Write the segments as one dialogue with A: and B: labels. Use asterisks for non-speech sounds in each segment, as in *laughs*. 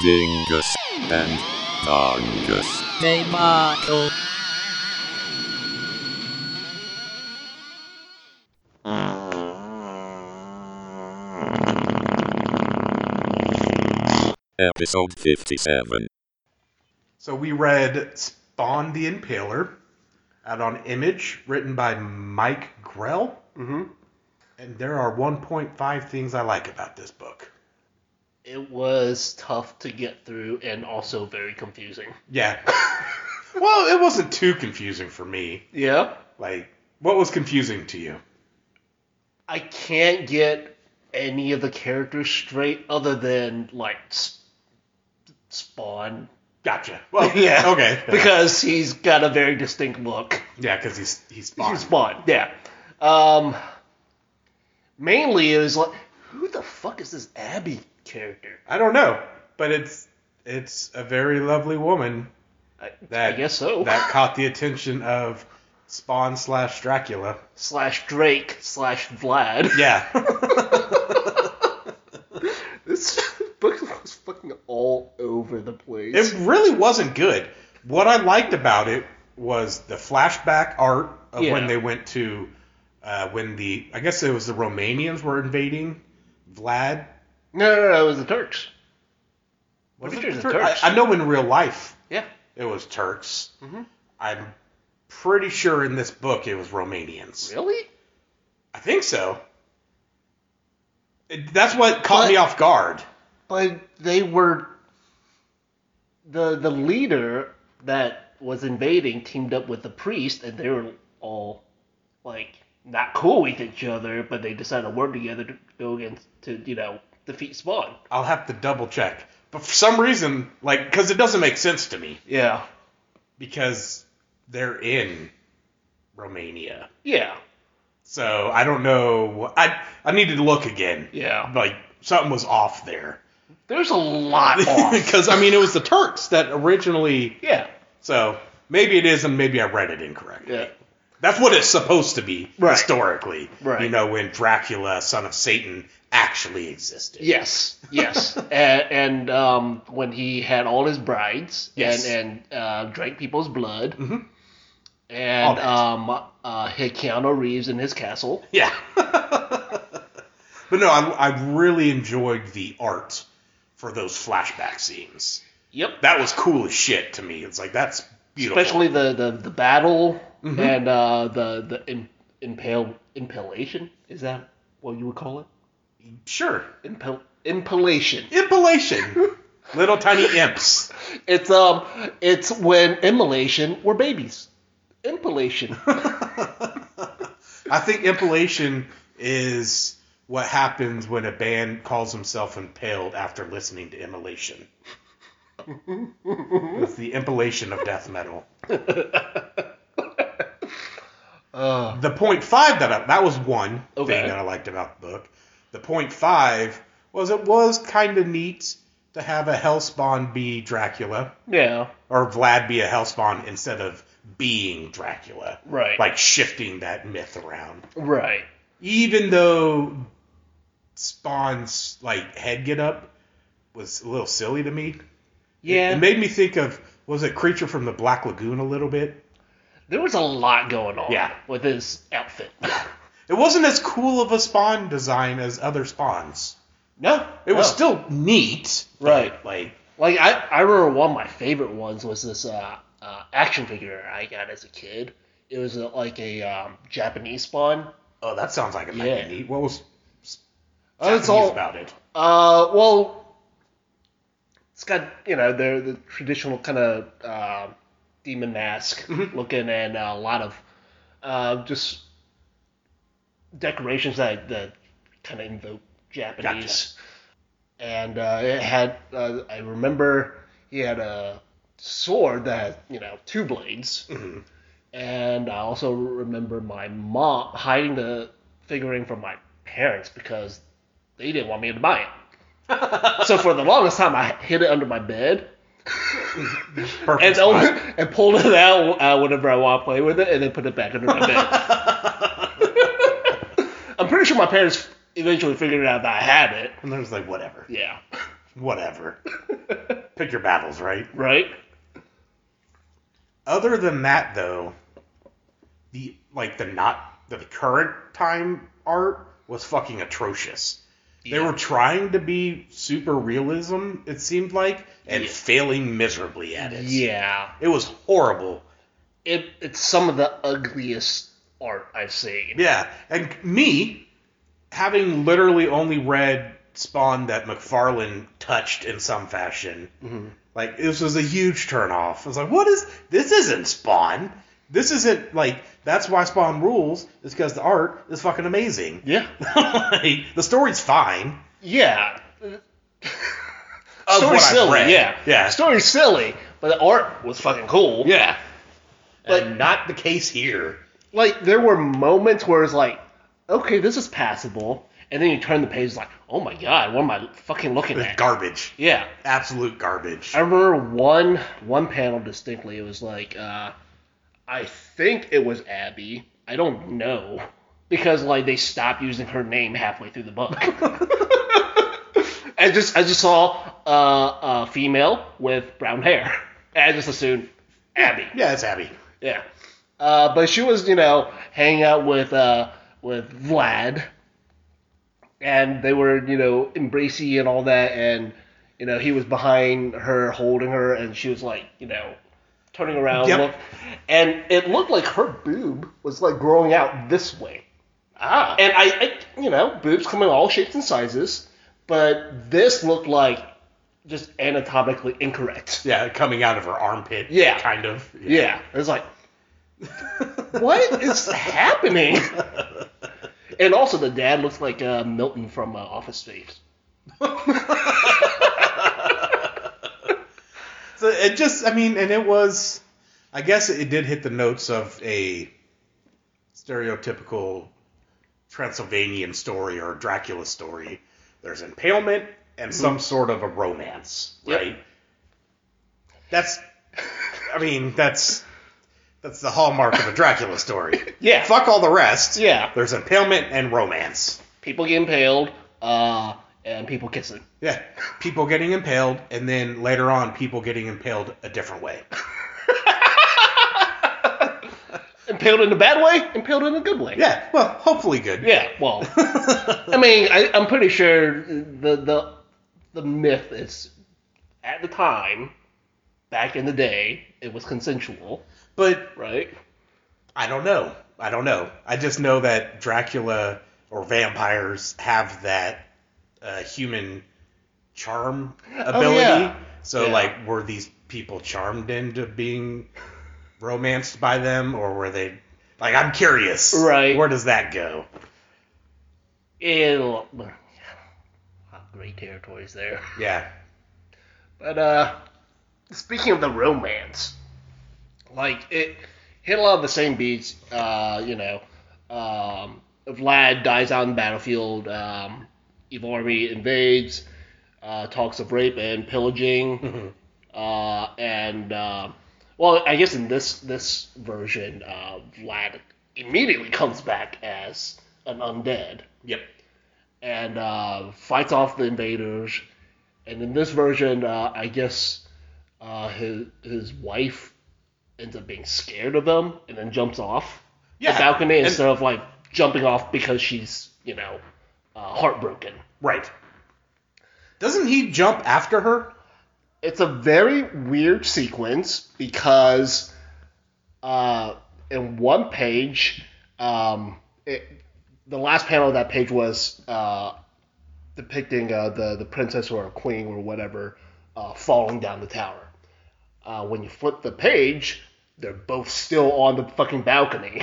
A: Dingus and Dongus.
B: Tomato.
A: Episode 57.
C: So we read Spawn the Impaler out on Image, written by Mike Grell.
D: Mm-hmm.
C: And there are 1.5 things I like about this book.
D: It was tough to get through and also very confusing.
C: Yeah. *laughs* well, it wasn't too confusing for me.
D: Yeah.
C: Like, what was confusing to you?
D: I can't get any of the characters straight other than, like, S- Spawn.
C: Gotcha. Well,
D: *laughs* Yeah.
C: yeah. Okay.
D: Because he's got a very distinct look.
C: yeah, because he's he's Spawn.
D: Spawn. Spawn, yeah. Um, mainly it was like, who the fuck is this Abby character?
C: I don't know, but it's it's a very lovely woman
D: I,
C: that
D: I guess so.
C: that caught the attention of Spawn slash
D: *laughs*
C: Dracula.
D: slash Drake slash Vlad.
C: Yeah.
D: *laughs* This book was fucking all over the place.
C: It really wasn't good. What I liked about it was the flashback art of
D: Yeah.
C: when they went to uh, when the I guess it was the Romanians were invading Vlad.
D: no, no, no, it was the Turks.
C: Was
D: Pretty
C: it
D: sure it's
C: Tur-
D: the Turks.
C: I, I know in real life
D: Yeah.
C: it was Turks.
D: Mhm.
C: I'm pretty sure in this book it was Romanians.
D: Really?
C: I think so. It- that's what caught
D: But-
C: me off guard.
D: But they were the the leader that was invading teamed up with the priest, and they were all like not cool with each other, but they decided to work together to go against to you know defeat Spawn.
C: I'll have to double check. But for some reason, like, because it doesn't make sense to me.
D: Yeah.
C: because they're in Romania.
D: Yeah.
C: So I don't know. I I needed to look again.
D: Yeah.
C: Like something was off there.
D: There's a *laughs* lot
C: *laughs*
D: off.
C: Because I mean, it was the Turks that originally.
D: yeah.
C: So maybe it is, and maybe I read it incorrectly.
D: Yeah.
C: That's what it's supposed to be
D: Right.
C: historically.
D: Right.
C: You know, when Dracula, son of Satan, actually existed.
D: Yes, *laughs* yes, and, and um, when he had all his brides
C: Yes.
D: and and uh, drank people's blood,
C: Mhm.
D: and
C: All that.
D: um, uh, hit Keanu Reeves in his castle.
C: Yeah. *laughs* but no, I, I really enjoyed the art for those flashback scenes.
D: Yep,
C: that was cool as shit to me. It's like that's beautiful.
D: especially the the, the battle and uh, the the im- impale impalation. Is that what you would call it?
C: sure
D: Impal impalation.
C: impalation, little tiny imps.
D: It's um, it's when immolation were babies. *laughs* Impalation.
C: I think impalation is what happens when a band calls himself impaled after listening to immolation. it's the impalation of death metal. the point five that I, that was one
D: Okay.
C: thing that I liked about the book. The point five was it was kind of neat to have a Hellspawn be Dracula
D: yeah.
C: or Vlad be a Hellspawn instead of being Dracula,
D: Right.
C: like shifting that myth around.
D: Right.
C: Even though Spawn's like head get up was a little silly to me. It-
D: Yeah.
C: it made me think of was it Creature from the Black Lagoon a little bit.
D: There was a lot going on
C: Yeah.
D: with his
C: *laughs*
D: outfit.
C: It wasn't as cool of a spawn design as other spawns.
D: no,
C: It was
D: no.
C: still neat. but,
D: Oh. Right.
C: Like,
D: like I, I remember one of my favorite ones was this uh, uh, action figure I got as a kid. It was uh like a um, Japanese spawn.
C: oh, that sounds like a
D: Yeah.
C: yeah. neat. What was
D: Oh, it's
C: Japanese
D: all-
C: about it?
D: Uh, well, it's got you know they're the traditional kind of uh, demon mask looking and uh, a lot of uh, just decorations that, that kind of invoke Japanese. And uh, it had uh, I remember he had a sword that had, you know two blades. And I also remember my mom hiding the figurine from my parents because they didn't want me to buy it. so for the longest time, I hid it under my bed
C: Perfect.
D: and oh,
C: spot.
D: *laughs* only, and pulled it out uh, whenever I want to play with it, and then put it back under my
C: *laughs*
D: bed. I'm pretty sure my parents eventually figured out that I had it.
C: and I was like, whatever.
D: Yeah.
C: whatever. Pick your battles, right?
D: right?
C: Other than that, though, the like the not the current time art was fucking atrocious. They were trying to be super realism, it seemed like, and
D: Yeah.
C: failing miserably at it.
D: Yeah.
C: It was horrible.
D: It, it's some of the ugliest art I've seen.
C: Yeah, and me, having literally only read Spawn that McFarlane touched in some fashion, like this was a huge turnoff. I was like, what is this? Isn't Spawn? This isn't like that's why Spawn rules is because the art is fucking amazing. *laughs*
D: Yeah.
C: like, the story's fine.
D: *laughs* Yeah.
C: Of
D: Story's
C: what I've
D: silly,
C: read.
D: yeah.
C: Yeah.
D: Story's silly, but the art was fucking cool.
C: Yeah, but
D: Like-
C: not the case here.
D: Like, there were moments where it's like, okay, this is passable. And then you turn the page, it's like, oh my god, what am I fucking looking
C: It's
D: at?
C: garbage,
D: yeah.
C: absolute garbage.
D: I remember one one panel distinctly. It was like uh, I think it was Abby. I don't know because like they stopped using her name halfway through the book. *laughs* I just I just saw uh, a female with brown hair. And I just assumed Abby.
C: Yeah, it's Abby.
D: Yeah. Uh, but she was, you know, hanging out with uh, with Vlad, and they were, you know, embracey and all that, and you know, he was behind her, holding her, and she was like, you know, turning around,
C: Yep.
D: look, and it looked like her boob was like growing out this way,
C: Ah,
D: and I, I you know, boobs come in all shapes and sizes, but this looked like just anatomically incorrect.
C: yeah, coming out of her armpit.
D: Yeah.
C: kind of.
D: Yeah, it was like.
C: *laughs*
D: what is happening? *laughs* And also, the dad looks like uh, Milton from uh, Office Space.
C: So it just, I mean, and it was, I guess it did hit the notes of a stereotypical Transylvanian story or Dracula story. There's impalement and some sort of a romance,
D: Mm-hmm. Yep.
C: right? That's, I mean, that's that's the hallmark of a Dracula
D: *laughs*
C: story.
D: Yeah.
C: Fuck all the rest.
D: Yeah.
C: There's impalement and romance.
D: People get impaled, uh, and people kissing.
C: Yeah. People getting impaled, and then later on, people getting impaled a different
D: *laughs*
C: way.
D: Impaled in a bad way, impaled in a good way.
C: Yeah. Well, hopefully good.
D: Yeah, well, I mean, I, I'm pretty sure the, the, the myth is, at the time, back in the day, it was consensual,
C: But
D: right?
C: I don't know. I don't know. I just know that Dracula or vampires have that uh, human charm ability.
D: Oh, yeah.
C: So,
D: Yeah.
C: like, were these people charmed into being romanced by them, or were they? Like, I'm curious.
D: Right.
C: Where does that go?
D: Ew. Not great territories there.
C: Yeah.
D: But uh, speaking of the romance, like it hit a lot of the same beats. Uh, you know, um, Vlad dies out on the battlefield. Um, evil army invades. Uh, talks of rape and pillaging. Uh, and uh, well, I guess in this this version, uh, Vlad immediately comes back as an undead
C: Yep.
D: and uh, fights off the invaders. And in this version, uh, I guess uh, his his wife ends up being scared of them and then jumps off
C: Yeah.
D: the balcony
C: And-
D: instead of like jumping off because she's you know uh, heartbroken.
C: Right. Doesn't he jump after
D: *laughs*
C: her?
D: It's a very weird sequence because uh, in one page, um, it, the last panel of that page was uh, depicting uh, the the princess or queen or whatever uh, falling down the tower. Uh, when you flip the page, they're both still on the fucking balcony. *laughs*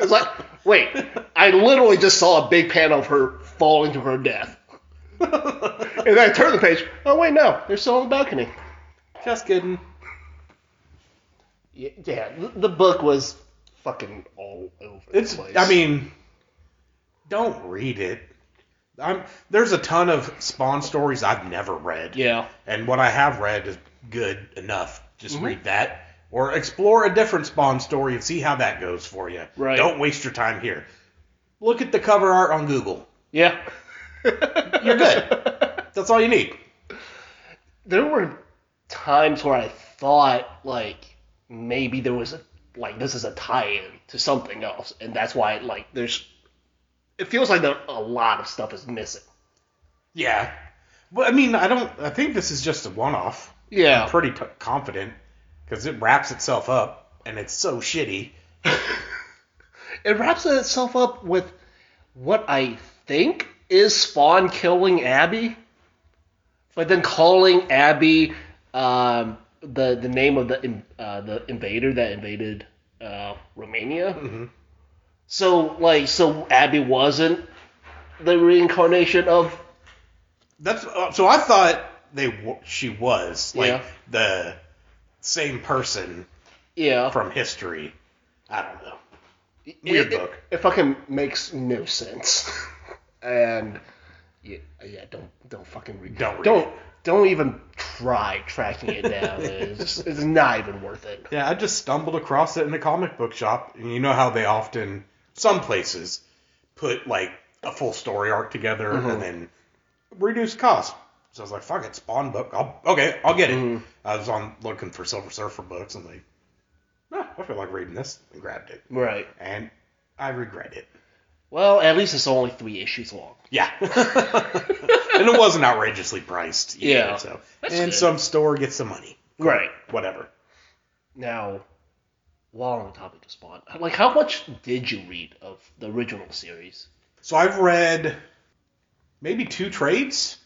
D: it's like, wait, I literally just saw a big panel of her falling to her death. and then I turn the page. Oh wait, no, they're still on the balcony.
C: Just kidding.
D: Yeah, yeah th- the book was fucking all over.
C: It's.
D: the place.
C: I mean, don't read it. I'm. There's a ton of Spawn stories I've never read.
D: yeah,
C: And what I have read is good enough. Just
D: Mm-hmm.
C: read that or explore a different Spawn story and see how that goes for you.
D: Right.
C: Don't waste your time
D: *laughs*
C: here. Look at the cover art on Google.
D: yeah.
C: *laughs* You're good. That's all you need.
D: there were times where I thought like maybe there was a like this is a tie-in to something else, and that's why like there's it feels like there, a lot of stuff is missing.
C: Yeah. Well, I mean, I don't. I think this is just a one-off.
D: Yeah,
C: pretty t- confident because it wraps itself up and it's so shitty.
D: it wraps itself up with what I think is Spawn killing Abby, but then calling Abby um, the the name of the in- uh, the invader that invaded uh, Romania. So like, so Abby wasn't the reincarnation of
C: That's uh, so. I thought they w- she was like
D: Yeah.
C: the same person
D: yeah.
C: from history. I don't know.
D: it,
C: Weird
D: it-
C: book.
D: It, fucking makes no sense. *laughs* and yeah, yeah, don't don't fucking read.
C: Don't read
D: don't
C: it.
D: don't even try tracking it down. it's, just- it's not even worth it.
C: Yeah, I just stumbled across it in a comic book shop, and you know how they often, some places, put like a full story arc together
D: Mm-hmm.
C: and then reduce cost. So I was like, "Fuck it, Spawn book. I'll, okay, I'll get it."
D: Mm-hmm.
C: I was on looking for Silver Surfer books, and like, "Nah, I feel like reading this, and grabbed it,
D: Right.
C: and I regret it.
D: Well, at least it's only three issues long.
C: Yeah, *laughs* and it wasn't outrageously priced. either,
D: Yeah.
C: so
D: That's
C: and
D: good.
C: some store gets some money,
D: Right.
C: whatever.
D: Now, while on the topic of Spawn, like how much did you read of the original series?
C: So I've read maybe two trades.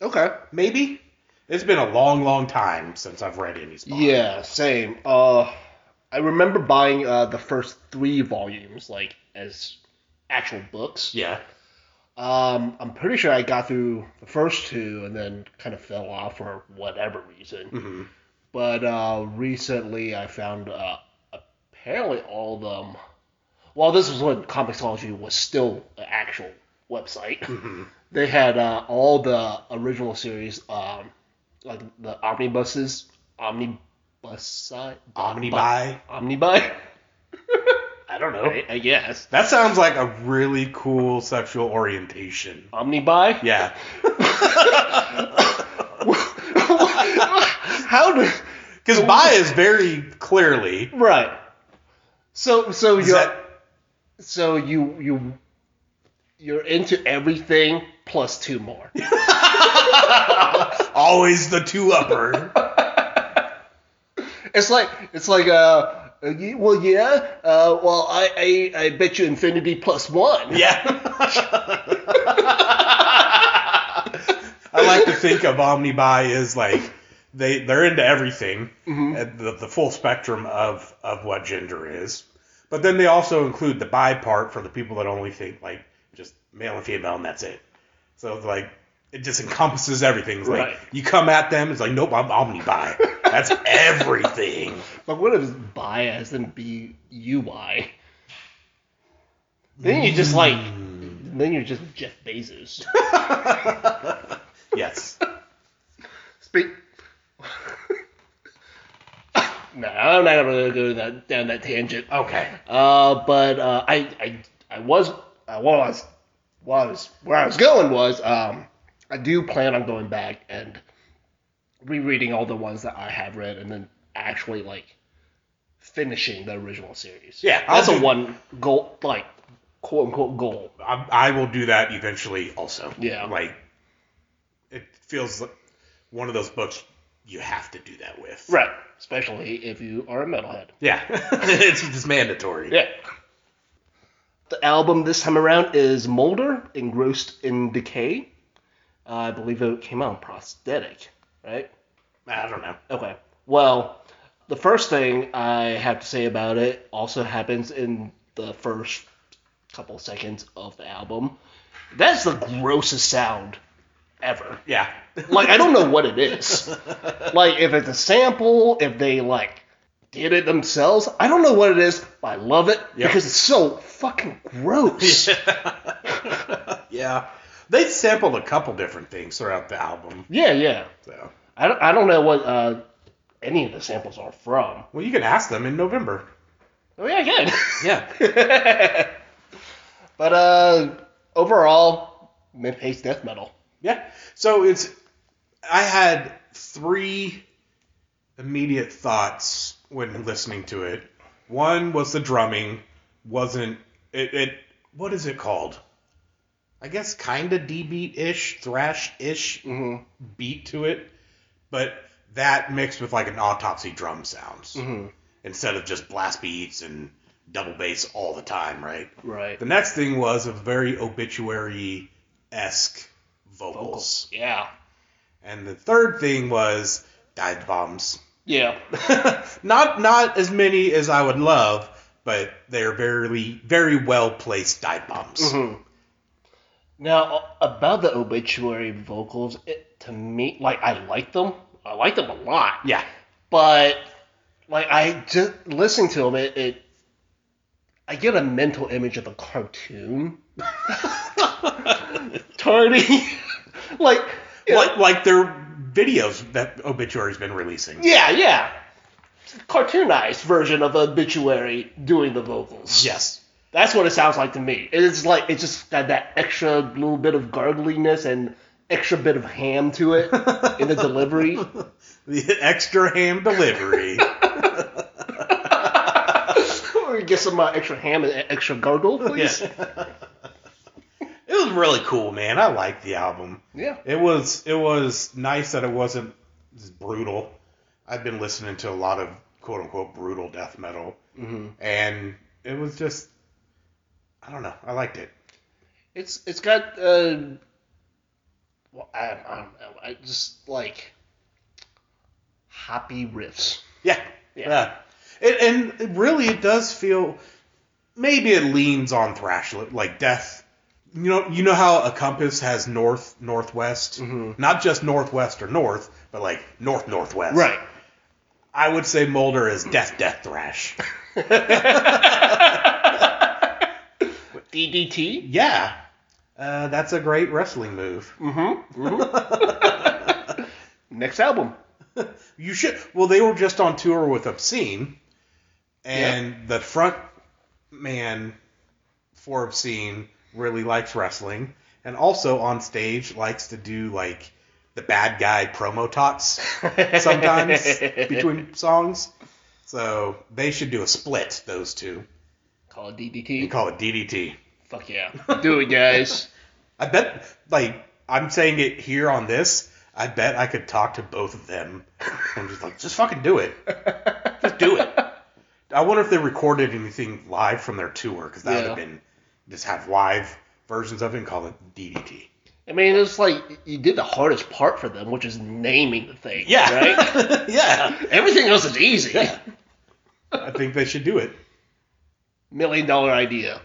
D: Okay.
C: maybe. It's been a long, long time since I've read any Spawn.
D: Yeah, same. Uh, I remember buying uh, the first three volumes, like as actual books.
C: Yeah.
D: Um, I'm pretty sure I got through the first two and then kind of fell off for whatever reason.
C: Mhm.
D: But uh, recently, I found uh, apparently all of them. Well, this was when Comixology was still an actual website.
C: Mm-hmm.
D: *laughs* They had uh, all the original series, um, like the omnibuses, omnibus,
C: Omnibuy. *laughs*
D: omnibuy.
C: I don't know.
D: I, I guess
C: That sounds like a really cool sexual orientation.
D: omnibuy. *laughs*
C: Yeah. *laughs*
D: How do *laughs*
C: Because bi is very clearly
D: right? So so
C: is
D: you
C: that
D: so you you you're into everything plus two more. *laughs*
C: always the two upper.
D: it's like it's like uh uh, ye- well yeah uh well I I, I bet you infinity plus one.
C: yeah. *laughs* I like to think of Omnibuy as like they they're into everything, at the, the full spectrum of of what gender is. But then they also include the bi part for the people that only think like just male and female and that's it. So it's like it just encompasses everything. It's like
D: Right.
C: you come at them, it's like nope, I'm Omnibuy. That's everything.
D: But what if it's bi as in B U Y? Then you just like Mm. then you're just Jeff *laughs* Bezos.
C: Yes.
D: Speak. *laughs* no, I'm not gonna go that down that tangent.
C: Okay.
D: Uh, but uh, I, I, I was, uh, I was, was where I was going was, um, I do plan on going back and rereading all the ones that I have read, and then actually like finishing the original series.
C: Yeah, I'll
D: that's a
C: do-
D: one goal, like quote unquote goal.
C: I, I will do that eventually also.
D: Yeah.
C: Like, it feels like one of those books you have to do that with.
D: Right, especially if you are a metalhead.
C: Yeah. *laughs* it's just mandatory.
D: Yeah. The album this time around is Molder, Engrossed in Decay. Uh, I believe it came out on prosthetic, right?
C: I don't know.
D: Okay. Well, the first thing I have to say about it also happens in the first couple seconds of the album. That's the grossest sound ever.
C: Yeah.
D: Like I don't know what it is. Like if it's a sample, if they like did it themselves, I don't know what it is, but I love it
C: Yep.
D: because it's so fucking gross.
C: *laughs* yeah. They sampled a couple different things throughout the album.
D: yeah, yeah.
C: So,
D: I don't, I don't know what uh, any of the samples are from.
C: well, you can ask them in November.
D: Oh yeah, good.
C: Yeah.
D: *laughs* but uh, overall, mid-paced death metal.
C: Yeah. So it's I had three immediate thoughts when listening to it. One was the drumming wasn't it, it what is it called? I guess kind of D beat ish, thrash ish
D: Mm-hmm.
C: beat to it, but that mixed with like an autopsy drum sounds
D: Mm-hmm.
C: instead of just blast beats and double bass all the time, right?
D: Right.
C: The next thing was a very obituary esque vocals.
D: Yeah.
C: And the third thing was dive bombs. *laughs*
D: Yeah.
C: not not as many as I would love, but they are very very well placed dive bombs.
D: Mhm. *laughs* Now about the obituary vocals, it, to me, like I like them. I like them a lot.
C: Yeah,
D: but like I just listening to him, it, it I get a mental image of a *laughs* cartoon. Tardy, *laughs* like, you know,
C: like like their videos that obituary's been releasing.
D: yeah, yeah, cartoonized version of obituary doing the vocals.
C: Yes,
D: that's what it sounds like to me. It's like it's just got that extra little bit of gargliness and extra bit of ham
C: *laughs*
D: to it in the delivery.
C: the extra ham delivery.
D: Or get some uh, extra ham and extra gargle, please.
C: Yeah. it was really cool, man. I liked the album.
D: yeah.
C: It was it was nice that it wasn't as brutal. I've been listening to a lot of quote unquote brutal death metal,
D: Mm-hmm.
C: and it was just I don't know. I liked it.
D: It's it's got uh, well, I, I don't know. I just like hoppy riffs.
C: Yeah,
D: Yeah.
C: yeah. It, and it really, it does feel maybe it leans on thrash li- like death. You know, you know how a compass has north, northwest,
D: Mhm.
C: not just northwest or north, but like north, northwest. I would say Mulder is death, death thrash.
D: DDT.
C: yeah, uh, that's a great wrestling move.
D: Mm-hmm. Next album.
C: You should. Well, they were just on tour with Obscene, and the front man for Obscene really likes wrestling, and also on stage likes to do like the bad guy promo talks sometimes
D: *laughs*
C: between songs. So they should do a split those two
D: Call it
C: and
D: DDT.
C: call it DDT.
D: Fuck yeah. *laughs* Do it, guys.
C: I bet, like, I'm saying it here on this. I bet I could talk to both of them. I'm just like, just fucking do it. Just do it. I wonder if they recorded anything live from their tour because that would have
D: Yeah.
C: been just have live versions of it and call it DDT.
D: I mean, it's like you did the hardest part for them, which is naming the thing. Right?
C: right. *laughs* yeah.
D: Everything else is easy.
C: Yeah. I think they should do it.
D: Million dollar idea.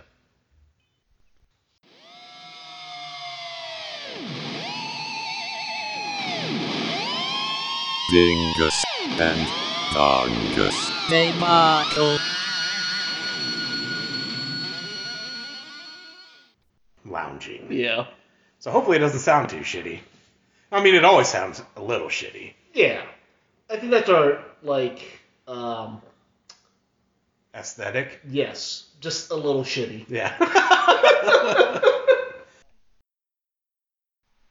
A: Dingus and Dongus.
B: They model.
C: Lounging.
D: Yeah.
C: So hopefully it doesn't sound too shitty. I mean, it always sounds a little shitty.
D: Yeah. I think that's our like um
C: Aesthetic. *laughs*
D: yes, just a little shitty.
C: Yeah.